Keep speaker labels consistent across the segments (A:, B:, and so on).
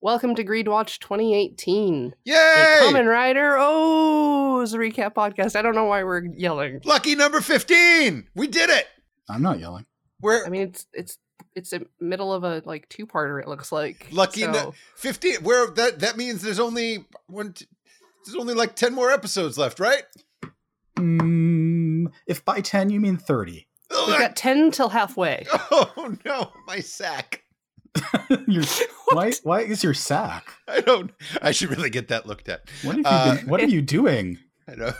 A: Welcome to Greed Watch 2018.
B: Yay!
A: The Kamen Rider O's recap podcast. I don't know why we're yelling.
B: Lucky number 15. We did it.
C: I'm not yelling.
B: We're
A: I mean, it's it's it's the middle of a like two parter. It looks like
B: lucky
A: So,
B: nu- 15. Where that that means there's only one t- there's only like 10 more episodes left, right?
C: Mm, if by 10 you mean 30,
A: we've got ten till halfway.
B: Oh no, my sack.
C: your, why, why is your sack?
B: I don't I should really get that looked at.
C: What, have you
B: Uh,
C: been, what are you doing?
B: I don't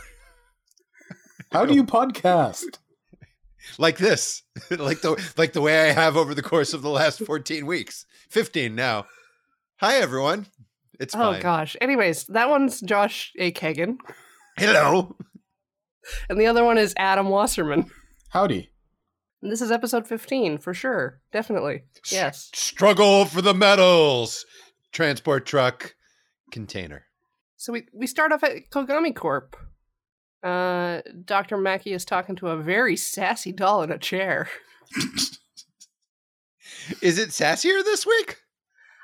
C: How do you podcast?
B: like this. like the like the way I have over the course of the last 14 weeks. 15 now. Hi everyone. It's
A: Oh
B: fine.
A: gosh. Anyways, that one's Josh A. Kagan,
B: Hello.
A: and the other one is Adam Wasserman.
C: Howdy.
A: And this is episode 15 for sure, definitely. Yes.
B: Struggle for the medals. Transport truck container.
A: So we, we start off at Kogami Corp. Uh, Dr. Mackey is talking to a very sassy doll in a chair.
B: Is it sassier this week?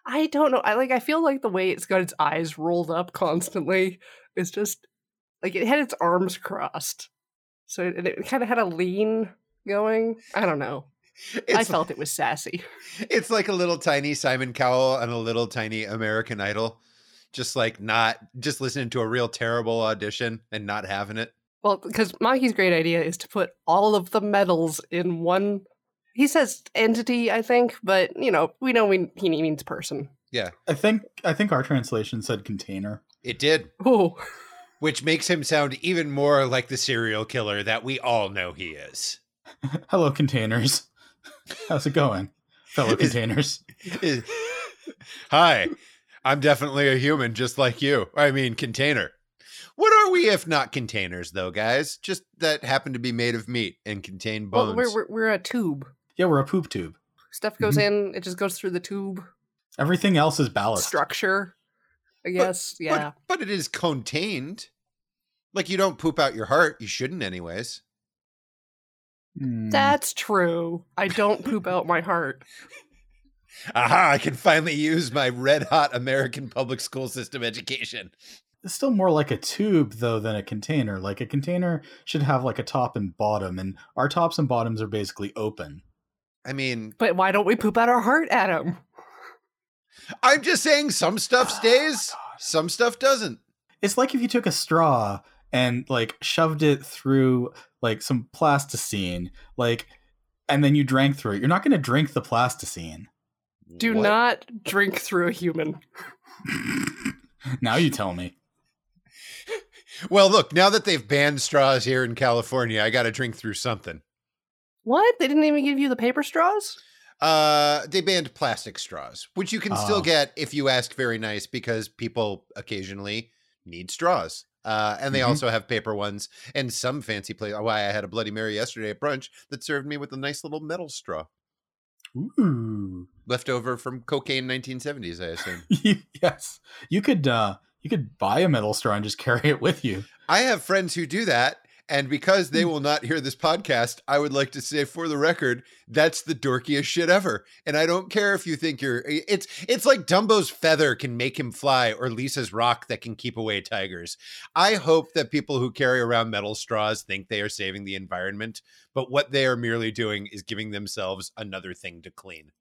A: I don't know. I like. I feel like the way it's got its eyes rolled up constantly is just like it had its arms crossed, so it, it kind of had a lean going. I don't know.
B: It's,
A: I felt it was sassy.
B: it's like a little tiny Simon Cowell and a little tiny American Idol. Just like not just listening to a real terrible audition and not having it.
A: Well, because Maki's great idea is to put all of the medals in one. He says entity, I think, but you know we know we, he means person.
C: I think I think our translation said container.
B: It did,
A: Oh,
B: which makes him sound even more like the serial killer that we all know he is.
C: Hello, containers. How's it going, fellow
B: Is-
C: containers?
B: Is- Hi, I'm definitely a human just like you. I mean, container. What are we if not containers, though, guys? Just that happen to be made of meat and contain
A: well,
B: bones.
A: we're, we're we're a tube.
C: Yeah, we're a poop tube.
A: Stuff goes
B: Mm-hmm.
A: in. It just goes through the tube
C: Everything else is ballast.
A: structure. I guess.
B: But-
A: yeah.
B: But, it is contained. Like you don't poop out your heart. You shouldn't, anyways.
C: Hmm.
A: That's true. I don't poop out my heart.
B: Aha, I can finally use my red hot American public school system education.
C: It's still more like a tube though than a container. Like a container should have like a top and bottom, and our tops and bottoms are basically open.
B: I mean,
A: But why don't we poop out our heart, Adam?
B: I'm just saying some stuff stays, some stuff doesn't.
C: It's like if you took a straw and like shoved it through like some plasticine, like, and then you drank through it. You're not going to drink the plasticine.
A: Do
B: What?
A: not drink through a human.
C: now you tell me.
B: Well, look, now that they've banned straws here in California, I got to drink through something.
A: What? They didn't even give you the paper straws?
B: Uh, they banned plastic straws, which you can still
C: Oh.
B: get if you ask very nice because people occasionally need straws. Uh, and they
C: Mhm.
B: also have paper ones and some fancy place. Why I had a Bloody Mary yesterday at brunch that served me with a nice little metal straw
C: Ooh.
B: left over from cocaine 1970s, I assume.
C: yes. You could uh you could buy a metal straw and just carry it with you.
B: I have friends who do that. And because they will not hear this podcast, I would like to say for the record, that's the dorkiest shit ever. And I don't care if you think you're it's it's like Dumbo's feather can make him fly or Lisa's rock that can keep away tigers. I hope that people who carry around metal straws think they are saving the environment, but what they are merely doing is giving themselves another thing to clean.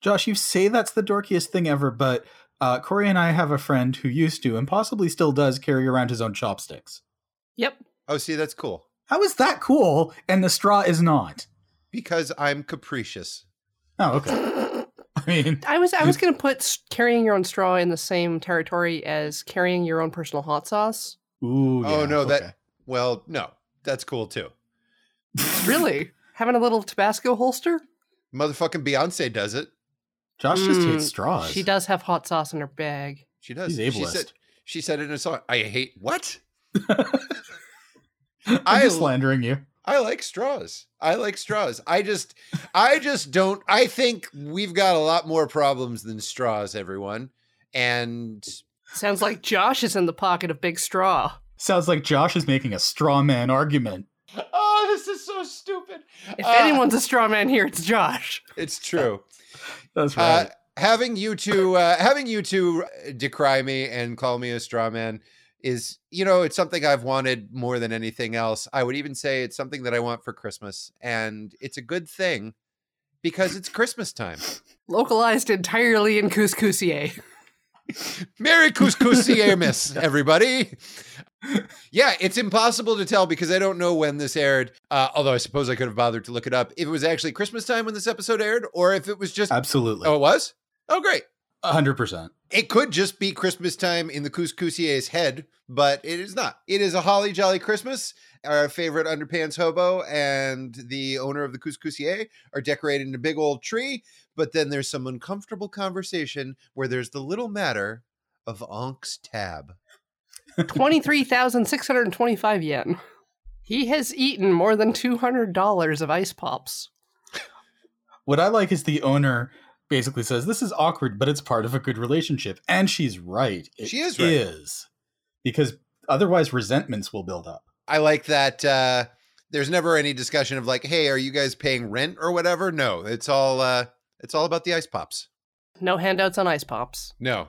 C: Josh, you say that's the dorkiest thing ever, but uh, Corey and I have a friend who used to and possibly still does carry around his own chopsticks.
A: Yep.
B: Oh, see, that's cool.
C: How is that cool? And the straw is not.
B: Because I'm capricious.
C: Oh, okay.
A: I
C: I mean,
A: was I was going to put s- carrying your own straw in the same territory as carrying your own personal hot sauce.
C: ooh.
B: Oh,
C: yeah,
B: no, that-
C: okay.
B: Well, no, that's cool too.
A: Really? Having a little Tabasco holster?
B: Motherfucking Beyonce does it.
C: Josh just
A: Mm,
C: hates straws.
A: She does have hot sauce in her bag.
B: She does.
C: She's
B: She said,
C: ableist.
B: she said in a song, I hate what?
C: I'm
B: I-
C: just slandering you.
B: I like straws. I like straws. I just, I just don't. I think we've got a lot more problems than straws, everyone. And
A: Sounds like Josh is in the pocket of Big Straw.
C: Sounds like Josh is making a straw man argument.
B: oh, this is so stupid.
A: If
B: Ah,
A: anyone's a straw man here, it's Josh.
B: it's true.
C: That's
B: Uh,
C: right.
B: having you two uh, having you two uh, decry me and call me a straw man is you know it's something i've wanted more than anything else i would even say it's something that i want for christmas and it's a good thing because it's christmas time
A: Localized entirely in Couscousier.
B: merry couscousier everybody yeah it's impossible to tell because i don't know when this aired uh, although i suppose i could have bothered to look it up if it was actually christmas time when this episode aired or if it was just
C: Absolutely.
B: oh it was oh great
C: 100%.
B: It could just be Christmas time in the Couscousier's head, but it is not. It is a holly jolly Christmas. Our favorite underpants hobo and the owner of the Couscousier are decorated in a big old tree, but then there's some uncomfortable conversation where there's the little matter of Onk's tab.
A: 23,625 yen. He has eaten more than $200 of ice pops.
C: What I like is the owner basically says, This is awkward, but it's part of a good relationship. And she's right. It
B: She is right.
C: is. Because otherwise, resentments will build up.
B: I like that uh there's never any discussion of like, hey, are you guys paying rent or whatever? No, it's all uh it's all about the ice pops.
A: No handouts on ice pops.
B: No.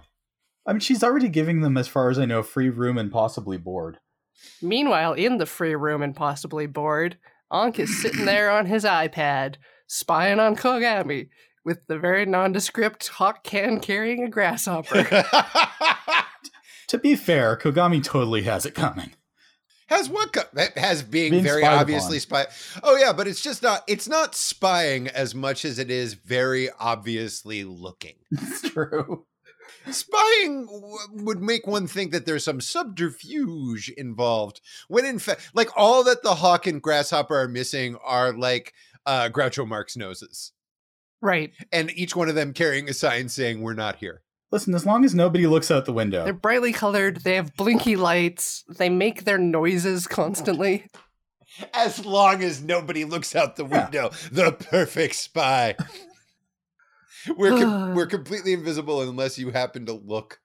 C: I mean, she's already giving them, as far as I know, free room and possibly board.
A: Meanwhile, in the free room and possibly bored, Ankh is sitting there on his iPad, spying on Kogami with the very nondescript hot can carrying a grasshopper.
C: To be fair, Kogami totally has it coming.
B: Has what co- that has being,
C: Being
B: very
C: spied upon.
B: obviously spy? Oh yeah, but it's just not. It's not spying as much as it is very obviously looking.
C: It's true.
B: spying w- would make one think that there's some subterfuge involved, when in fact, like all that the hawk and grasshopper are missing are like uh, Groucho Marx noses,
A: right.
B: and each one of them carrying a sign saying "We're not here."
C: Listen, as long as nobody looks out the window,
A: They're brightly colored, they have blinky lights, they make their noises constantly.
B: As long as nobody looks out the
C: Yeah.
B: window, the perfect spy. we're com- we're completely invisible unless you happen to look.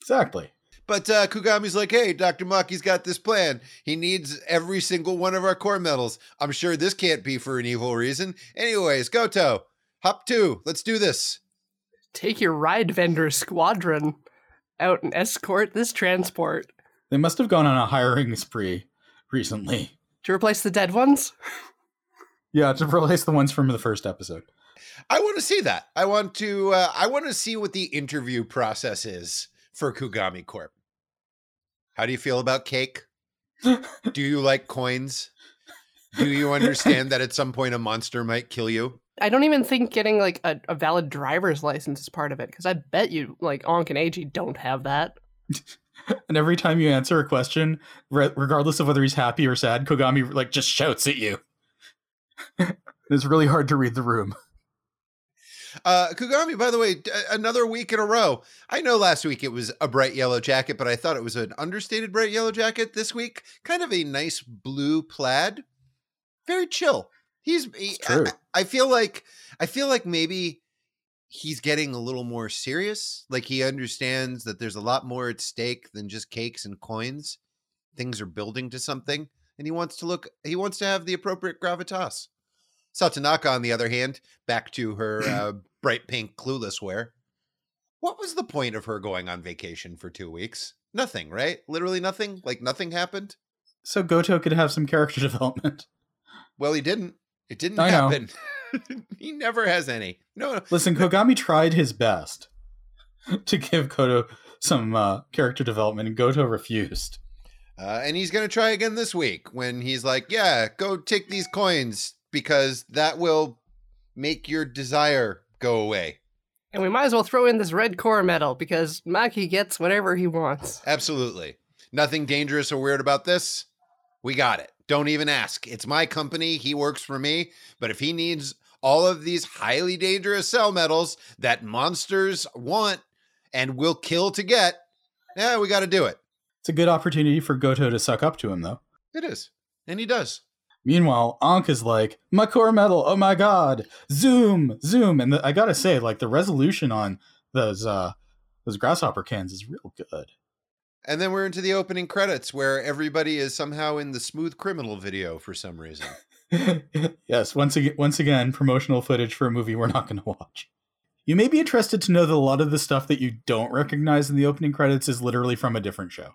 C: exactly.
B: But uh, Kugami's like, hey, Dr. Maki's got this plan. He needs every single one of our core metals. I'm sure this can't be for an evil reason. Anyways, Goto, hop two. Let's do this.
A: Take your ride vendor squadron out and escort this transport
C: They must have gone on a hiring spree recently.
A: to replace the dead ones.
C: Yeah, to replace the ones from the first episode.
B: I want to see that. I want to. Uh, I want to see what the interview process is for Kugami Corp. How do you feel about cake? do you like coins? Do you understand that at some point a monster might kill you?
A: I don't even think getting like a, a valid driver's license is part of it because I bet you like Onk and AG don't have that.
C: And every time you answer a question, re- regardless of whether he's happy or sad, Kogami like just shouts at you. it's really hard to read the room.
B: Uh, Kugami, by the way, d- uh, another week in a row. I know last week it was a bright yellow jacket, but I thought it was an understated bright yellow jacket. This week, kind of a nice blue plaid, very chill. He's he-
C: It's true.
B: I, I feel like I feel like maybe he's getting a little more serious. Like he understands that there's a lot more at stake than just cakes and coins. Things are building to something, and he wants to look. He wants to have the appropriate gravitas. Satanaka, on the other hand, back to her uh, bright pink clueless wear. What was the point of her going on vacation for two weeks? Nothing, right? Literally nothing. Like nothing happened.
C: So Goto could have some character development.
B: Well, he didn't. It didn't
C: I know.
B: happen. he never has any. No, no.
C: Listen, Kogami tried his best to give Goto some uh, character development, and Goto refused.
B: Uh, and he's going to try again this week when he's like, yeah, go take these coins because that will make your desire go away.
A: And we might as well throw in this red core medal because Maki gets whatever he wants.
B: Absolutely. Nothing dangerous or weird about this. We got it. Don't even ask. It's my company. He works for me. But if he needs all of these highly dangerous cell metals that monsters want and will kill to get, yeah, we got to do it.
C: It's a good opportunity for Goto to suck up to him, though.
B: It is. And he does.
C: Meanwhile, Ankh is like, my core metal, oh my god, zoom, zoom. And the, I gotta say, like, the resolution on those uh, those grasshopper cans is real good.
B: And then we're into the opening credits where everybody is somehow in the smooth criminal video for some reason.
C: yes, once again, once again, promotional footage for a movie we're not going to watch. You may be interested to know that a lot of the stuff that you don't recognize in the opening credits is literally from a different show.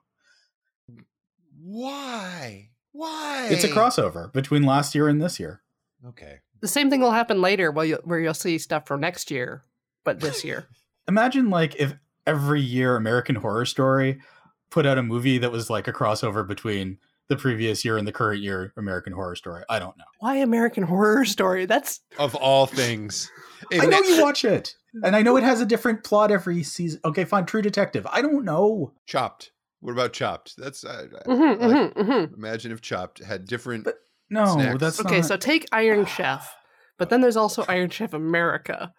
B: Why? Why?
C: It's a crossover between last year and this year.
B: Okay.
A: The same thing will happen later, where you'll, where you'll see stuff from next year, but this year.
C: Imagine like if every year American Horror Story put out a movie that was like a crossover between the previous year and the current year American Horror Story. I don't know.
A: Why American Horror Story? That's
B: Of all things.
C: I know you watch it. And I know it has a different plot every season. Okay, fine. True Detective. I don't know.
B: Chopped. What about Chopped? That's I, I-
A: Mhm,
B: I
A: mhm,
B: like-
A: mhm.
B: imagine if Chopped had different.
C: Mm. But- No,
B: Snacks.
C: that's
A: okay.
C: not-
A: So take Iron Chef, but then there's also Iron Chef America.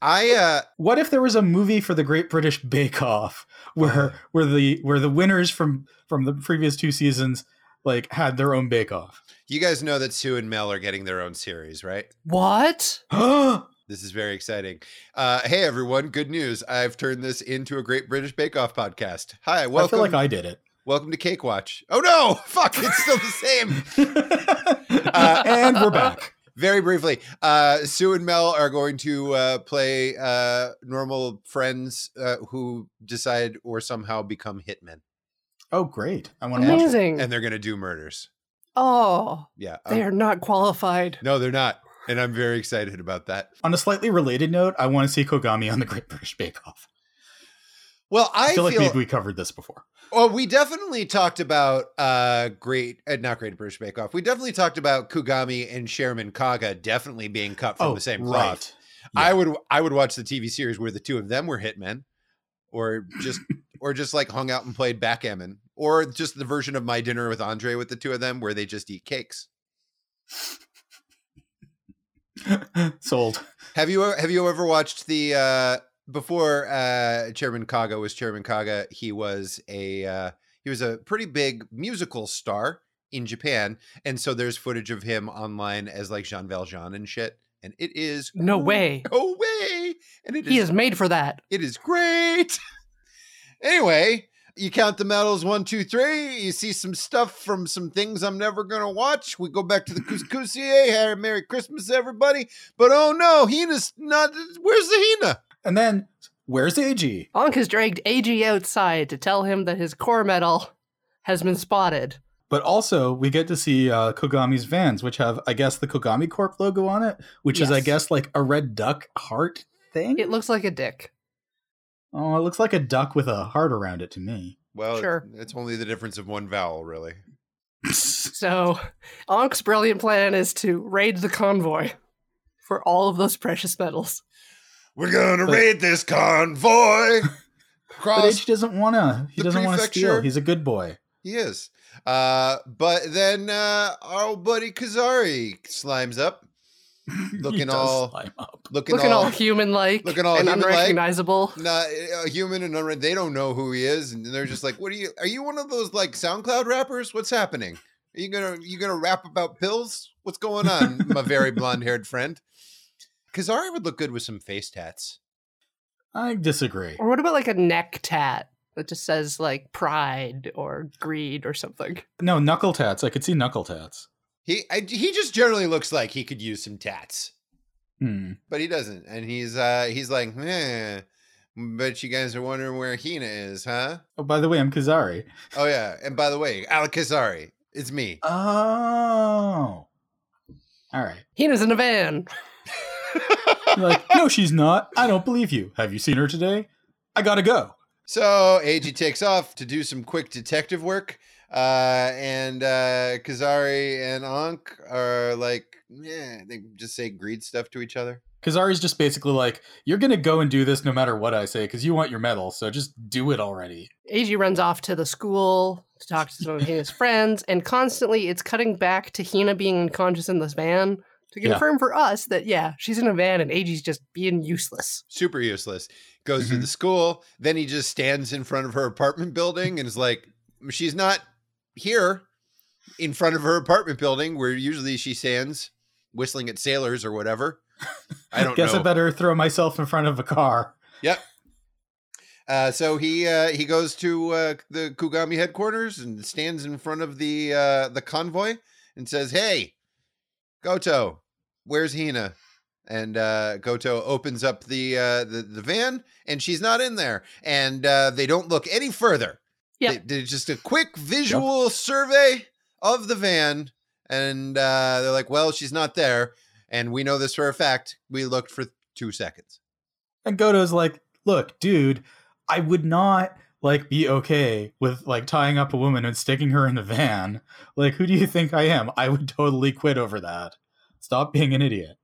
B: I uh
C: what if there was a movie for the Great British Bake Off where
B: Uh.
C: where the where the winners from from the previous two seasons like had their own Bake Off?
B: you guys know that Sue and Mel are getting their own series, right?
A: What?
B: This is very exciting. Uh, hey everyone, good news! I've turned this into a Great British Bake Off podcast. Hi,
C: I
B: welcome,
C: feel like I did it.
B: welcome to Cake Watch. Oh no, fuck! It's still the same. Uh,
C: and we're back.
B: Very briefly, uh, Sue and Mel are going to uh, play uh, normal friends uh, who decide or somehow become hitmen,
C: Oh, great! I want to watch it.
A: Amazing.
B: and they're going to do murders.
A: oh,
B: Yeah, um,
A: they are not qualified.
B: no, they're not, and I'm very excited about that.
C: On a slightly related note, I want to see Kogami on the Great British Bake Off.
B: Well, I,
C: I feel, like maybe we covered this before.
B: Well, we definitely talked about uh great uh, not great British Bake Off. We definitely talked about Kugami and Sherman Kaga definitely being cut from
C: oh,
B: the same
C: right.
B: cloth.
C: Yeah.
B: I would I would watch the TV series where the two of them were hitmen or just or just like hung out and played backgammon or just the version of my dinner with Andre with the two of them where they just eat cakes.
C: Sold.
B: Have you have you ever watched the uh before uh Chairman Kaga was Chairman Kaga, he was a uh he was a pretty big musical star in Japan, and so there's footage of him online as like Jean Valjean and shit, and it is
A: No way.
B: no way, and it is
A: He is made for that.
B: it is great. anyway, you count the medals one, two, three. You see some stuff from some things I'm never gonna watch. We go back to the couscousier. Harry, Merry Christmas, everybody. But oh no, Hina's not. Where's the Hina?
C: And then where's Eiji?
A: Ankh has dragged AG outside to tell him that his core medal has been spotted.
C: But also, we get to see uh, Kogami's vans, which have, I guess, the Kogami Corp logo on it, which is, I
A: Yes.
C: guess, like a red duck heart thing.
A: It looks like a dick.
C: oh, it looks like a duck with a heart around it to me.
B: Well, it's-
A: Sure.
B: it's only the difference of one vowel, really.
A: So, Ankh's brilliant plan is to raid the convoy for all of those precious medals.
B: We're gonna
C: But-
B: raid this convoy.
C: but
B: Cross
C: Eiji doesn't want to. He
B: the
C: doesn't want to steal.
B: prefecture-
C: He's a good boy.
B: He is. Uh, but then uh, our old buddy Kazari slimes up, Looking
C: He does
B: all-
C: slime up.
B: looking,
A: Looking
B: all,
A: all human like
B: looking all
A: and
B: human-like.
A: unrecognizable.
B: Nah, eh, a human and unread. They don't know who he is, and they're just like, "What are you? Are you one of those like SoundCloud rappers? What's happening? Are you gonna you gonna rap about pills? What's going on, my very blonde haired friend?" Kazari would look good with some face tats.
C: I disagree.
A: Or what about like a neck tat that just says like pride or greed or something?
C: No, knuckle tats. I could see knuckle tats.
B: He I, he just generally looks like he could use some tats,
C: Hmm.
B: but he doesn't, and he's uh he's like, "Eh, bet you guys are wondering where Hina is, huh?
C: Oh, by the way, I'm Kazari.
B: Oh yeah, and by the way, Alec Kazari, it's me.
C: Oh. All right.
A: Hina's in a van.
C: You're like, no, she's not. I don't believe you. Have you seen her today? I gotta go.
B: So Eiji takes off to do some quick detective work. Uh, and uh, Kazari and Ankh are like, yeah, they just say greed stuff to each other.
C: Kazari's just basically like, you're gonna go and do this no matter what I say, because you want your medal, so just do it already.
A: Eiji runs off to the school to talk to some of Hina's friends, and constantly it's cutting back to Hina being unconscious in this van to
C: Yeah.
A: confirm for us that, yeah, she's in a van and Eiji's just being useless.
B: Super useless. Goes to
C: Mhm.
B: the school. Then he just stands in front of her apartment building and is like, she's not here in front of her apartment building where usually she stands whistling at sailors or whatever. I don't
C: Guess
B: know.
C: I better throw myself in front of a car.
B: Uh, so he uh, he goes to uh, the Kugami headquarters and stands in front of the uh, the convoy and says, "Hey, Goto, where's Hina?" and uh, Goto opens up the, uh, the the van, and she's not in there. And uh, they don't look any further.
A: Yep.
B: They- they- just a quick visual survey of the van, and uh, they're like, "Well, she's not there," and we know this for a fact. We looked for two seconds.
C: And Goto's like, look, dude, I would not like be okay with like tying up a woman and sticking her in the van. Like, who do you think I am? I would totally quit over that. Stop being an idiot.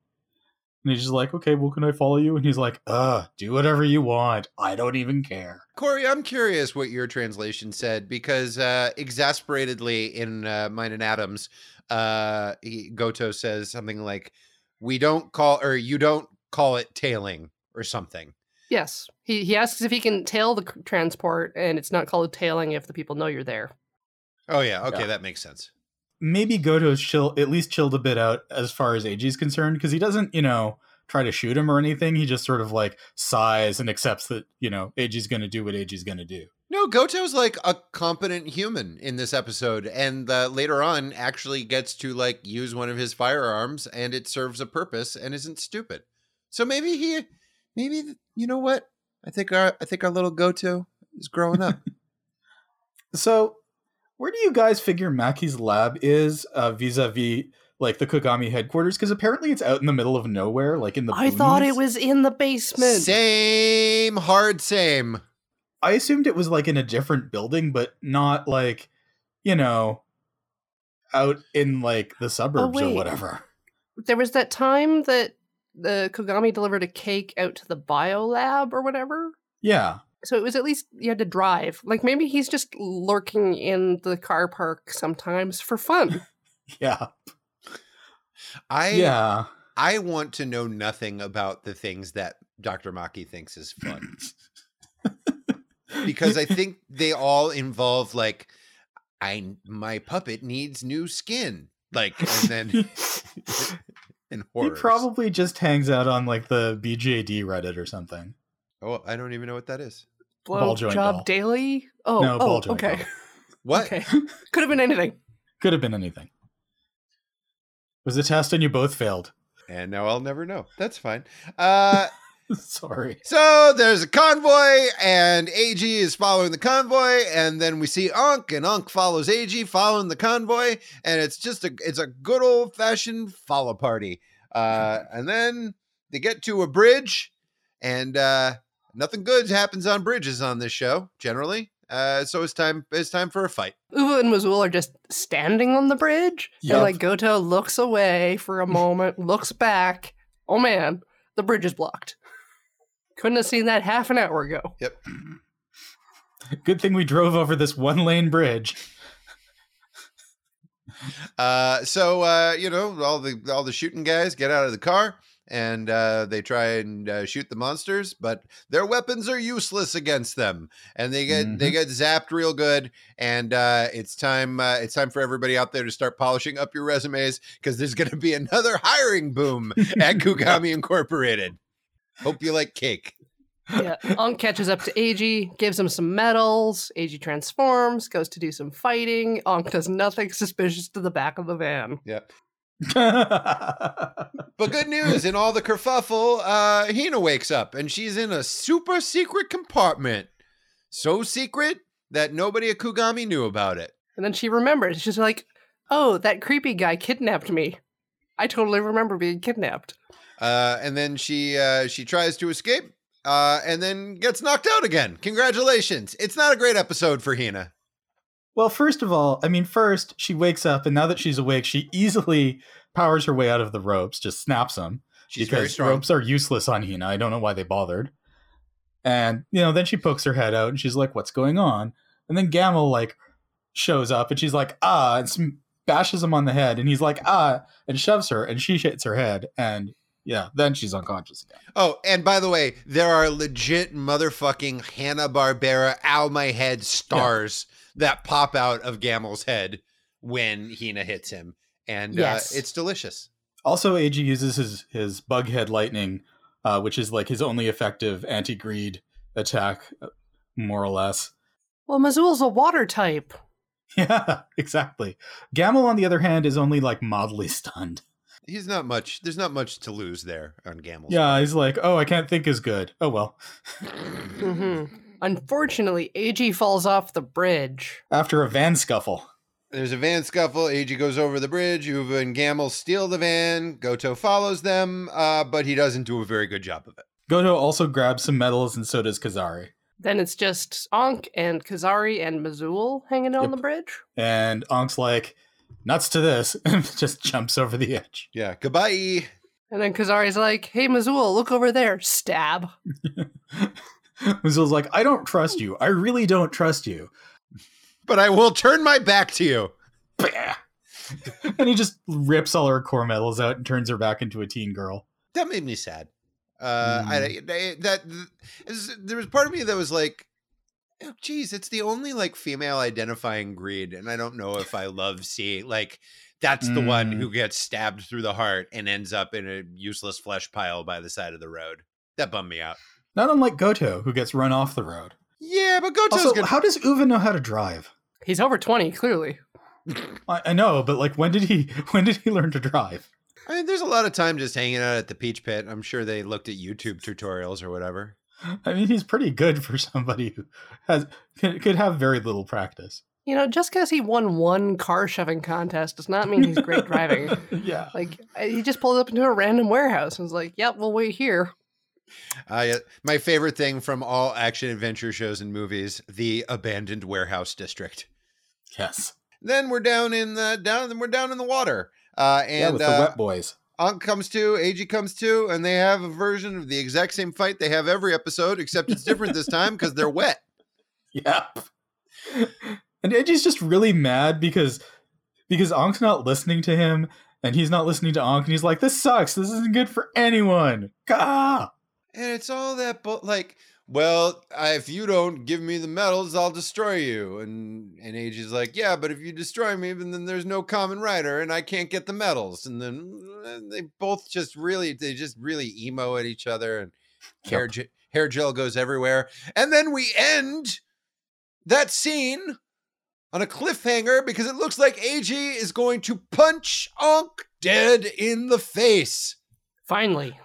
C: And he's just like, okay, well, can I follow you? And he's like, uh, do whatever you want. I don't even care.
B: Corey, I'm curious what your translation said because uh, exasperatedly in uh, Mine and Adams, uh, he, Goto says something like, "We don't call or you don't call it tailing or something."
A: Yes. He he asks if he can tail the c- transport, and it's not called tailing if the people know you're there.
B: Oh yeah, okay,
C: Yeah.
B: that makes sense.
C: Maybe Goto's chill, at least chilled a bit out as far as Eiji's concerned, because he doesn't, you know, try to shoot him or anything. He just sort of like sighs and accepts that, you know, Eiji's going to do what Eiji's going to do.
B: No, Goto's like a competent human in this episode, and uh, later on actually gets to like use one of his firearms, and it serves a purpose and isn't stupid. So maybe he, maybe th- you know what? I think our I think our little Goto is growing up.
C: So, where do you guys figure Maki's lab is uh, vis-a-vis like the Kogami headquarters? Because apparently it's out in the middle of nowhere, like in the.
A: I thought it
C: boonies.
A: was in the basement.
B: same hard same.
C: I assumed it was like in a different building, but not like, you know, out in like the suburbs or
A: Oh, wait.
C: whatever.
A: there was that time that the Kogami delivered a cake out to the bio lab or whatever.
C: Yeah,
A: So it was at least you had to drive. Like maybe he's just lurking in the car park sometimes for fun.
C: yeah,
B: I
C: yeah.
B: I want to know nothing about the things that Dr. Maki thinks is fun because I think they all involve like I my puppet needs new skin like and then and
C: he
B: horrors.
C: probably just hangs out on like the BJD Reddit or something.
B: Oh, I don't even know what that is.
A: Blow
C: Ball joint doll.
A: job daily. Oh,
C: No, ball
A: oh
C: joint
A: okay.
C: doll.
B: What?
A: Okay. Could have been anything.
C: Could have been anything. Was a test and you both failed.
B: And now I'll never know. That's fine. Uh
C: Sorry.
B: So there's a convoy, and AG is following the convoy, and then we see Ankh, and Ankh follows AG following the convoy, and it's just a it's a good old fashioned follow party. Uh, and then they get to a bridge, and uh, nothing good happens on bridges on this show generally. Uh, so it's time it's time for a fight.
A: Uva and Mazul are just standing on the bridge.
C: Yup.
A: And like Goto looks away for a moment, looks back. Oh man, the bridge is blocked. Couldn't have seen that half an hour ago.
C: Good thing we drove over this one lane bridge.
B: Uh, so uh, you know all the all the shooting guys get out of the car and uh, they try and uh, shoot the monsters, but their weapons are useless against them, and they get they get zapped real good. And uh, it's time uh, it's time for everybody out there to start polishing up your resumes because there's going to be another hiring boom at Kugami Incorporated. Hope you like cake.
A: yeah, Ankh catches up to AG, gives him some medals. AG transforms, goes to do some fighting. Ankh does nothing suspicious to the back of the van.
B: But good news in all the kerfuffle, uh, Hina wakes up and she's in a super secret compartment. So secret that nobody at Kugami knew about it.
A: And then she remembers. She's like, oh, that creepy guy kidnapped me. I totally remember being kidnapped.
B: Uh, and then she uh, she tries to escape uh, and then gets knocked out again. Congratulations. It's not a great episode for Hina.
C: well, first of all, I mean, first she wakes up, and now that she's awake, she easily powers her way out of the ropes, just snaps them
B: She's very
C: because
B: strong.
C: ropes are useless on Hina. I don't know why they bothered. And you know, then she pokes her head out, and she's like, "What's going on?" And then Gamel like shows up, and she's like, "Ah!" and sm- bashes him on the head, and he's like, "Ah!" and shoves her, and she hits her head, and yeah, then she's unconscious again.
B: Oh, and by the way, there are legit motherfucking Hanna Barbera ow my head stars that pop out of Gamel's head when Hina hits him. And
A: Yes.
B: uh, it's delicious.
C: Also, AG uses his his bug head lightning, uh, which is like his only effective anti greed attack, uh, more or less.
A: Well, Mazul's a water type.
C: Yeah, exactly. Gamel, on the other hand, is only like mildly stunned.
B: he's not much. There's not much to lose there on Gamble's.
C: Yeah, he's like, oh, I can't think as good. Oh well.
A: hmm Unfortunately, AG falls off the bridge.
C: After a van scuffle.
B: There's a van scuffle. AG goes over the bridge. Uva and Gamble steal the van. Goto follows them, uh, but he doesn't do a very good job of it.
C: Goto also grabs some medals and so does Kazari.
A: Then it's just Ankh and Kazari and Mazul hanging on
C: Yep.
A: the bridge.
C: And Onk's like, nuts to this, and just jumps over the edge.
B: Yeah. Goodbye. E.
A: And then Kazari's like, hey, Mazul, look over there. Stab.
C: Mazul's like, I don't trust you. I really don't trust you.
B: But I will turn my back to you.
C: Bah! and he just rips all her core medals out and turns her back into a teen girl.
B: That made me sad. Uh, I, I- that is- there was part of me that was like, oh, geez, it's the only like female identifying greed, and I don't know if I love seeing like that's the one
C: Mm.
B: who gets stabbed through the heart and ends up in a useless flesh pile by the side of the road. That bummed me out.
C: Not unlike Goto, who gets run off the road.
B: Yeah, but Goto's
C: Also,
B: gonna
C: how does Uva know how to drive?
A: He's over 20, clearly.
C: I, I know, but like, when did he when did he learn to drive?
B: I mean, there's a lot of time just hanging out at the peach pit. I'm sure they looked at YouTube tutorials or whatever.
C: I mean, he's pretty good for somebody who has could, could have very little practice.
A: You know, just because he won one car shoving contest does not mean he's great driving.
C: yeah.
A: Like, I- he just pulled up into a random warehouse and was like, yep, we'll wait here.
B: I, uh, my favorite thing from all action adventure shows and movies: the abandoned warehouse district.
C: Yes.
B: Then we're down in the down. Then we're down in the water. Uh,
C: yeah,
B: and
C: with the
B: uh,
C: wet boys.
B: Ankh comes too. Ag comes too, and they have a version of the exact same fight they have every episode, except it's different this time because they're wet.
C: Yep. and Edgy's just really mad because because Onk's not listening to him and he's not listening to Onk and he's like, This sucks, this isn't good for anyone. Gah!
B: And it's all that, but like, well, I, if you don't give me the medals, I'll destroy you. And and Age is like, yeah, but if you destroy me, then, then there's no common rider, and I can't get the medals. And then uh, they both just really, they just really emo at each other, and hair ge- hair gel goes everywhere. And then we end that scene on a cliffhanger because it looks like Ag is going to punch Ankh dead in the face.
A: Finally.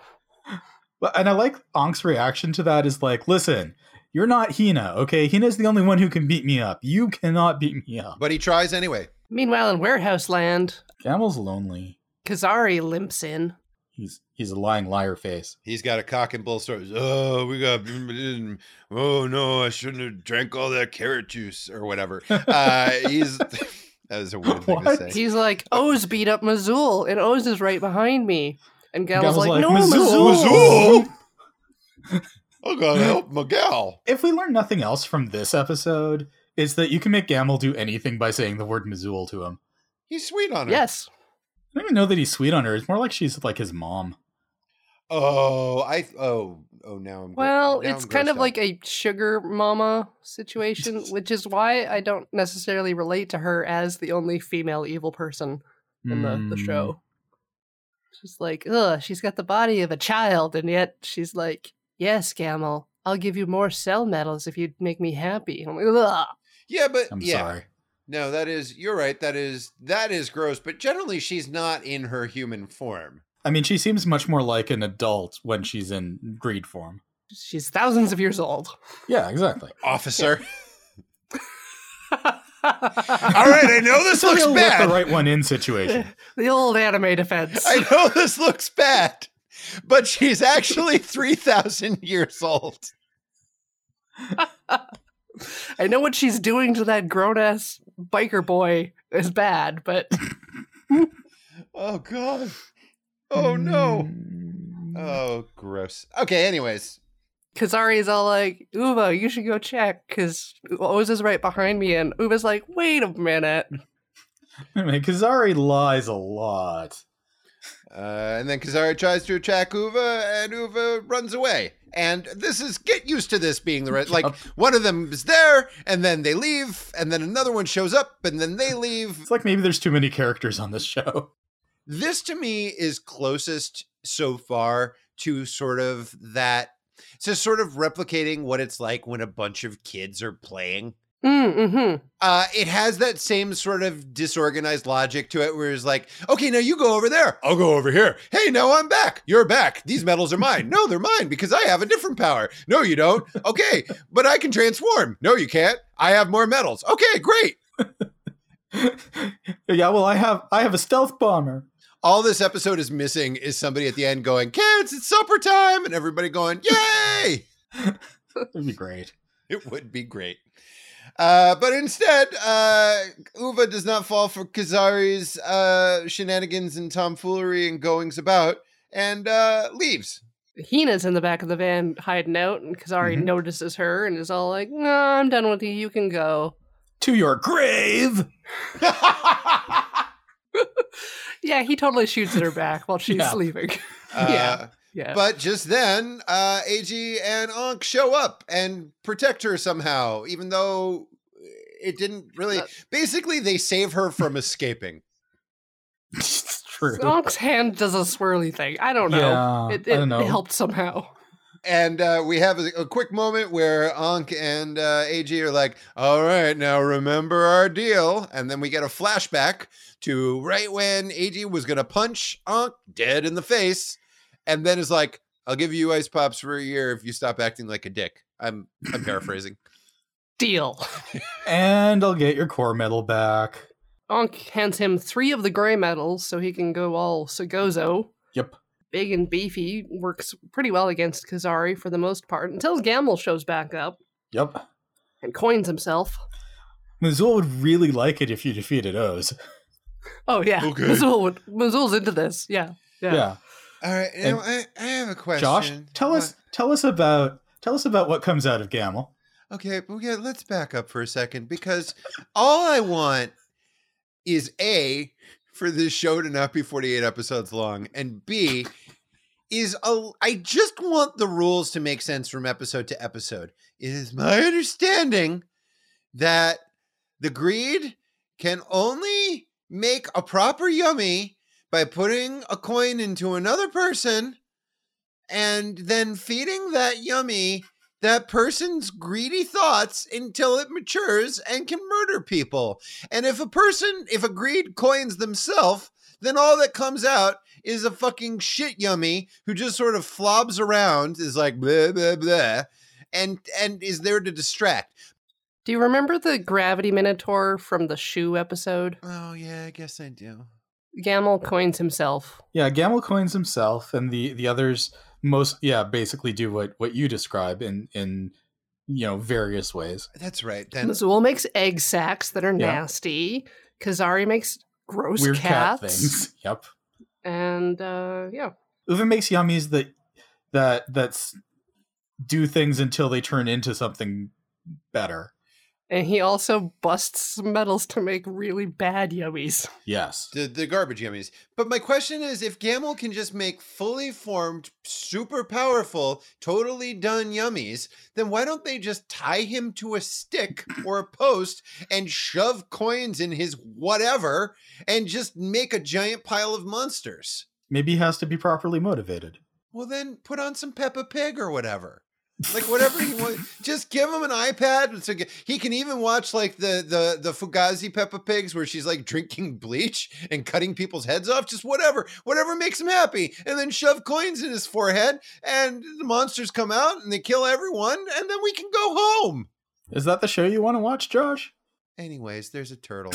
C: But- And I like Onk's reaction to that is like, listen, you're not Hina, okay? Hina's the only one who can beat me up. You cannot beat me up.
B: But he tries anyway.
A: Meanwhile, in warehouse land,
C: Camel's lonely.
A: Kazari limps in.
C: He's he's a lying liar face.
B: He's got a cock and bull story. Oh, we got. Oh no, I shouldn't have drank all that carrot juice or whatever. Uh, he's that was a weird thing
C: What?
B: to say.
A: He's like, Oz beat up Mazul, and Oz is right behind me. And Gal's
C: Gal's
A: like,
C: like,
A: no,
C: "Mazul,
A: Mazul.
B: Mazul!" I gotta "Oh, help my gal.
C: If we learn nothing else from this episode, it's that you can make Gamel do anything by saying the word Mazul to him.
B: He's sweet on her.
A: Yes.
C: I don't even know that he's sweet on her. It's more like she's like his mom.
B: Oh, I. Oh, oh. Now I'm. gro-
A: Well,
B: now
A: it's
B: I'm
A: kind
B: grossed
A: of
B: out.
A: like a sugar mama situation, which is why I don't necessarily relate to her as the only female evil person in the, the
C: Mm.
A: show. She's like, ugh, she's got the body of a child, and yet she's like, yes, Gamel, I'll give you more cell medals if you make me happy. I'm like, ugh.
B: Yeah, but
C: I'm
B: yeah.
C: sorry.
B: No, that is. You're right. That is. That is gross. But generally, she's not in her human form.
C: I mean, she seems much more like an adult when she's in greed form.
A: She's thousands of years old.
C: Yeah, exactly.
B: Officer.
A: the
B: All right, I know this looks
C: Still with
B: bad.
C: the right one in situation.
A: old anime defense.
B: I know this looks bad, but she's actually 3,000 years old.
A: I know what she's doing to that grown ass biker boy is bad, but
B: Oh, God. Oh, no.
C: Hmm.
B: Oh, gross. Okay, anyways.
A: Kazari is all like, Uva, you should go check, because Oz is right behind me, and Uva's like, wait a minute.
C: I mean, Kazari lies a lot.
B: Uh, and then Kazari tries to attack Uva, and Uva runs away. And this is get used to this being the right. Like
C: Yup.
B: one of them is there, and then they leave, and then another one shows up, and then they leave.
C: It's like maybe there's too many characters on this show.
B: this to me is closest so far to sort of that to sort of replicating what it's like when a bunch of kids are playing
A: Mm,
B: Uh, it has that same sort of disorganized logic to it, where it's like, okay, now you go over there, I'll go over here. Hey, now I'm back. You're back. These medals are mine. No, they're mine because I have a different power. No, you don't. Okay, but I can transform. No, you can't. I have more medals. Okay, great.
C: yeah, well, I have I have a stealth bomber.
B: All this episode is missing is somebody at the end going, "Kids, it's supper time," and everybody going, "Yay!"
C: That'd be great.
B: It would be great. Uh, but instead, uh, Uva does not fall for Kazari's uh, shenanigans and tomfoolery and goings about and uh, leaves.
A: mm. Hina's in the back of the van hiding out, and Kazari
C: Mhm.
A: notices her and is all like, nah, I'm done with you. You can go.
C: To your grave.
B: Uh,
A: Yeah, he totally shoots at her back while she's
C: Yeah.
A: sleeping.
B: yeah.
A: Yeah. yeah.
B: But just then, uh, AG and Ankh show up and protect her somehow, even though it didn't really.
A: Uh,
B: Basically, they save her from escaping.
C: it's true.
A: Zonk's hand does a swirly thing. I don't know.
C: Yeah,
A: it,
C: I
A: it-
C: don't know.
A: it helped somehow.
B: And uh, we have a, a quick moment where Ankh and uh, AG are like, all right, now remember our deal. And then we get a flashback to right when AG was going to punch Ankh dead in the face. And then is like, I'll give you ice pops for a year if you stop acting like a dick. I'm, I'm paraphrasing.
A: Deal.
C: And I'll get your core medal back.
A: Onk hands him three of the gray medals so he can go all Segozo.
C: Yep.
A: Big and beefy, works pretty well against Kazari for the most part until Gamble shows back up
C: Yep.
A: and coins himself.
C: Mazul would really like it if you defeated Oz.
A: Oh, yeah.
B: Okay.
A: Mazul would, Mazul's into this. Yeah. Yeah.
C: Yeah.
B: All right.
C: And-
B: now I, I have a question.
C: Josh, tell us
B: What-
C: tell us about tell us about what comes out of Gamel.
B: Okay, but yeah, let's back up for a second because all I want is A for this show to not be 48 episodes long and B is a, I just want the rules to make sense from episode to episode. It is my understanding that the greed can only make a proper yummy by putting a coin into another person and then feeding that yummy that person's greedy thoughts until it matures and can murder people. And if a person, if a greed coins themselves, then all that comes out is a fucking shit yummy who just sort of flobs around, is like blah blah blah, and and is there to distract.
A: Do you remember the Gravity Minotaur from the Shoe episode?
B: Oh yeah, I guess I do.
A: Gamble coins himself.
C: Yeah, Gamel coins himself and the the others most yeah, basically do what what you describe in in you know various ways.
B: That's right. Then
A: Mazul makes egg sacs that are
C: Yeah.
A: nasty. Kazari makes gross
C: Weird
A: cats.
C: cat things. Yep.
A: And uh, yeah.
C: Uva makes yummies that that that's do things until they turn into something better.
A: And he also busts metals to make really bad yummies.
C: Yes.
B: the, the garbage yummies. But my question is if Gamel can just make fully formed, super powerful, totally done yummies, then why don't they just tie him to a stick or a post and shove coins in his whatever and just make a giant pile of monsters?
C: Maybe he has to be properly motivated.
B: Well, then put on some Peppa Pig or whatever. Like whatever he wants, just give him an iPad. So g- he can even watch like the the the Fugazi Peppa Pigs, where she's like drinking bleach and cutting people's heads off. Just whatever, whatever makes him happy, and then shove coins in his forehead, and the monsters come out and they kill everyone, and then we can go home.
C: Is that the show you want to watch, Josh?
B: Anyways, there's a turtle.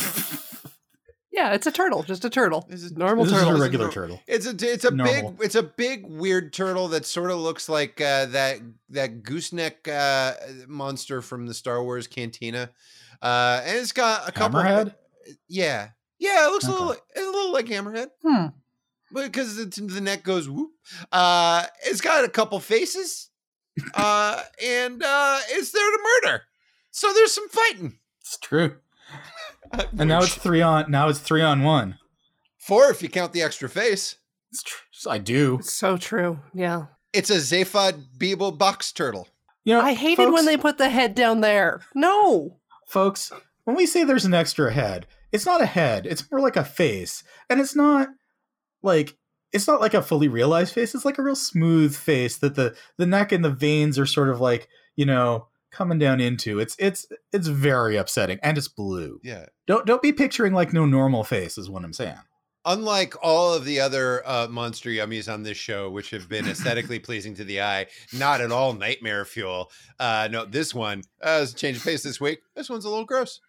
A: Yeah, it's a turtle, just a turtle.
B: This is-
A: Normal
C: This is
A: turtle.
C: a
B: Turtles.
C: regular turtle.
B: It's a it's a
C: Normal.
B: big it's a big weird turtle that sort of looks like uh, that that gooseneck uh, monster from the Star Wars cantina, uh, and it's got a couple.
C: Hammerhead?
B: Yeah, yeah, it looks
C: Okay.
B: a little a little like hammerhead
A: Hmm.
B: because the, the neck goes whoop. Uh, it's got a couple faces, uh, and uh, it's there to murder. So there's some fighting. Uh,
C: It's true. And now it's three on now it's three on one.
B: four if you count the extra face.
C: It's true. I do.
A: It's so true. Yeah.
B: It's a Zaphod Beeble box turtle.
C: You know,
A: I hated
C: Uh, folks-
A: when they put the head down there. No.
C: folks, when we say there's an extra head, it's not a head. It's more like a face. And it's not like it's not like a fully realized face. It's like a real smooth face that the the neck and the veins are sort of like, you know, coming down into. It's it's it's very upsetting and it's blue.
B: Yeah.
C: Don't don't be picturing like no normal face is what I'm saying.
B: Unlike all of the other uh, monster yummies on this show, which have been aesthetically pleasing to the eye, not at all nightmare fuel. Uh, no, this one uh, is a change of pace this week. This one's a little gross.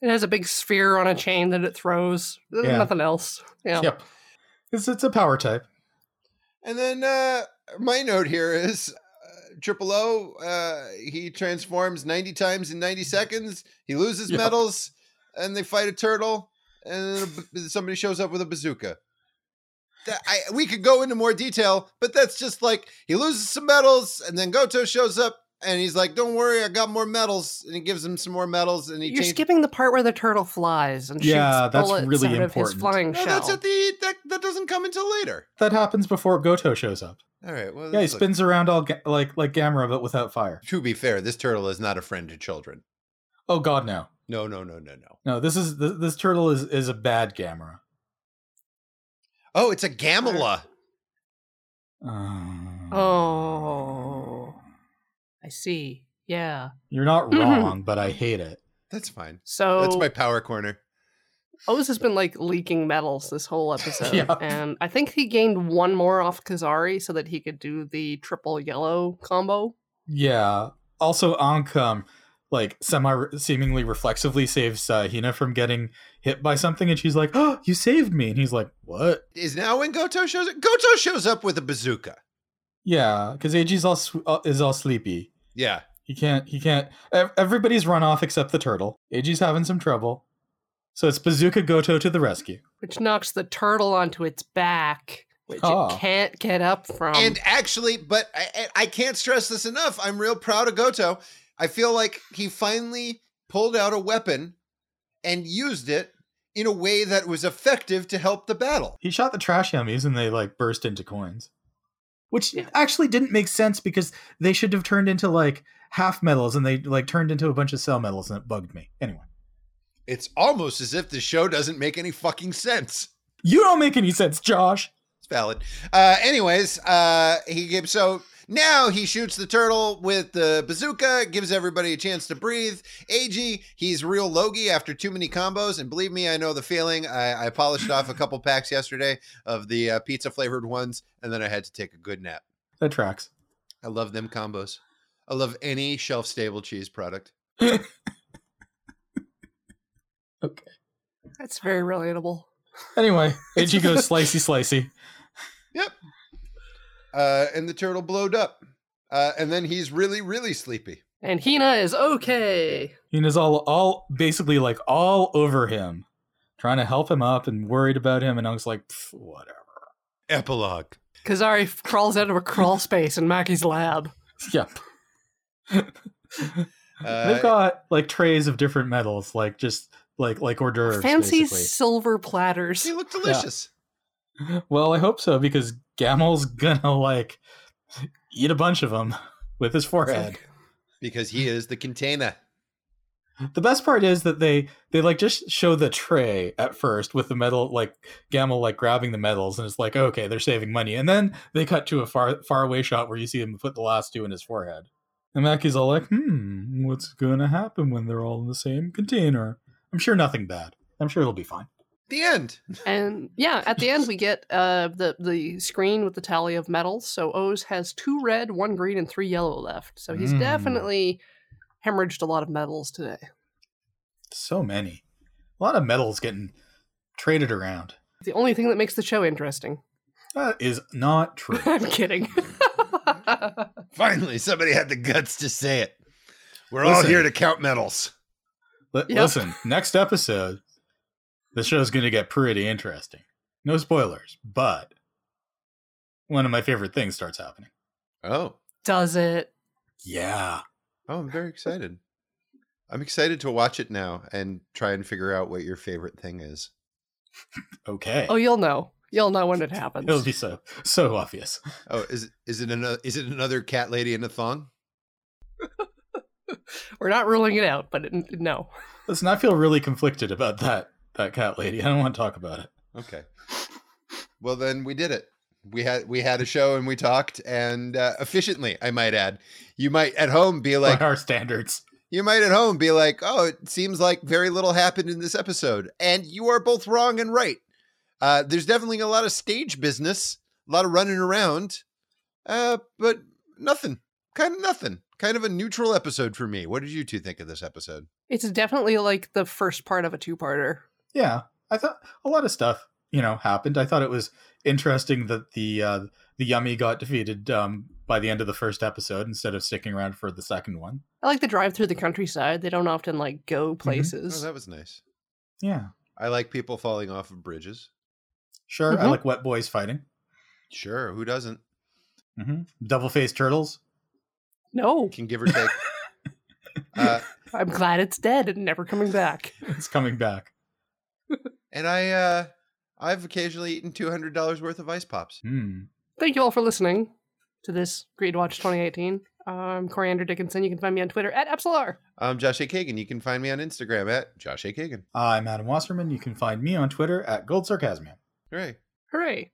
A: It has a big sphere on a chain that it throws. There's
C: Yeah.
A: Nothing else. Yeah.
C: Yep. It's it's a power type.
B: And then uh, my note here is uh, Triple O. Uh, he transforms ninety times in ninety seconds. He loses
C: Yeah.
B: medals, and they fight a turtle, and then a b- somebody shows up with a bazooka. That- I, we could go into more detail, but that's just like he loses some medals, and then Goto shows up, and he's like, "Don't worry, I got more medals," and he gives him some more medals, and he
A: You're
B: changes-
A: skipping the part where the turtle flies and
C: Yeah,
A: shoots
C: that's
A: bullets
C: really
A: out of his
C: important.
A: flying
B: No,
A: shell.
B: that's at the that that doesn't come until later.
C: That happens before Goto shows up.
B: All right. Well,
C: Yeah, he
B: that's-
C: spins around all ga- like like Gamera but without fire.
B: To be fair, this turtle is not a friend to children.
C: Oh god no.
B: No, no, no, no, no.
C: No, this is this, this turtle is is a bad Gamera.
B: Oh, it's a Gamela.
C: Uh,
A: Oh, I see. Yeah.
C: You're not
A: Mhm.
C: wrong, but I hate it.
B: That's fine.
A: So
B: That's my power corner.
A: Oz has been like leaking medals this whole episode,
C: Yeah.
A: and I think he gained one more off Kazari so that he could do the triple yellow combo.
C: Yeah. Also, Ankam, like semi seemingly reflexively saves uh, Hina from getting hit by something, and she's like, "Oh, you saved me!" And he's like, "What?"
B: Is now when Goto shows up? Goto shows up with a bazooka.
C: Yeah, because Aji's all sw- uh, is all sleepy.
B: Yeah.
C: He can't. He can't. ev- Everybody's run off except the turtle. Aji's having some trouble, so it's Bazooka Goto to the rescue.
A: which knocks the turtle onto its back, which
C: Ah.
A: it can't get up from.
B: and actually, but I, I- I can't stress this enough. I'm real proud of Goto. I feel like he finally pulled out a weapon and used it in a way that was effective to help the battle.
C: He shot the trash yummies, and they like burst into coins, which
A: Yeah.
C: actually didn't make sense because they should have turned into like half metals, and they like turned into a bunch of cell metals, and it bugged me. Anyway.
B: It's almost as if the show doesn't make any fucking sense.
C: You don't make any sense, Josh.
B: It's valid. Uh, anyways, uh, he gives so now he shoots the turtle with the bazooka, gives everybody a chance to breathe. AG, he's real logy after too many combos, and believe me, I know the feeling. I, I polished off a couple packs yesterday of the uh, pizza flavored ones, and then I had to take a good nap.
C: That tracks.
B: I love them combos. I love any shelf stable cheese product.
A: That's very relatable.
C: Anyway, Itchy goes slicey slicey.
B: Uh, and the turtle blowed up, uh, and then he's really, really sleepy.
A: And Hina is okay.
C: Hina's all all basically like all over him, trying to help him up and worried about him, and Unk's like, "Pff, whatever.
B: Epilogue.
A: Kazari f- crawls out of a crawl space in Maki's lab.
C: Yep.
B: Uh,
C: They've got like trays of different metals, like just like like hors d'oeuvres.
A: Fancy
C: basically.
A: silver platters.
B: They look delicious.
C: Well, I hope so because Gamel's gonna like eat a bunch of them with his forehead.
B: because he is the container.
C: The best part is that they they like just show the tray at first with the metal like Gamel like grabbing the medals and it's like okay they're saving money and then they cut to a far far away shot where you see him put the last two in his forehead and Mackie's all like hmm what's gonna happen when they're all in the same container I'm sure nothing bad I'm sure it'll be fine
B: The end.
A: And yeah, at the end we get uh, the the screen with the tally of medals. So Oz has two red, one green, and three yellow left. So he's
C: Mm.
A: definitely hemorrhaged a lot of medals today.
C: so many a lot of medals getting traded around
A: The only thing that makes the show interesting.
C: that is not true
A: I'm kidding.
B: Finally, somebody had the guts to say it. We're all
C: Listen.
B: here to count medals.
C: Li-
A: Yep.
C: Listen, next episode, the show's going to get pretty interesting. No spoilers, but one of my favorite things starts happening.
B: Oh,
A: Does it?
C: Yeah.
B: oh, I'm very excited. I'm excited to watch it now and try and figure out what your favorite thing is.
C: Okay.
A: Oh, you'll know. You'll know when it happens.
C: It'll be so so obvious.
B: Oh, is it is it another is it another cat lady in a thong?
A: We're not ruling it out, but it, no.
C: Listen, I feel really conflicted about that that cat lady. I don't want to talk about it.
B: Okay. Well, then we did it. we had we had a show and we talked and uh, efficiently i might add you might at home be like
C: by our standards.
B: you might at home be like oh it seems like very little happened in this episode and you are both wrong and right uh, there's definitely a lot of stage business a lot of running around uh, but nothing kind of nothing kind of a neutral episode for me what did you two think of this episode
A: It's definitely like the first part of a two parter.
C: Yeah, I thought a lot of stuff you know happened. I thought it was interesting that the uh, the yummy got defeated um, by the end of the first episode instead of sticking around for the second one.
A: I like the drive through the countryside. They don't often like go
B: oh
A: places.
B: that was nice
C: Yeah,
B: i like people falling off of bridges
C: sure. I
A: Mhm.
C: like wet boys fighting.
B: sure who doesn't
C: hmm Double faced turtles.
A: No,
B: can give or take uh,
A: I'm glad it's dead and never coming back.
C: It's coming back.
B: and i uh, i've occasionally eaten $200 worth of ice pops
C: Hmm.
A: Thank you all for listening to this Greed Watch 2018. I'm Coriander Dickinson. You can find me on Twitter at Epsilor.
B: I'm Josh A. Kagan. You can find me on Instagram at Josh A. Kagan.
C: I'm Adam Wasserman. You can find me on Twitter at Gold Sarcasmium.
B: Hooray.
A: Hooray!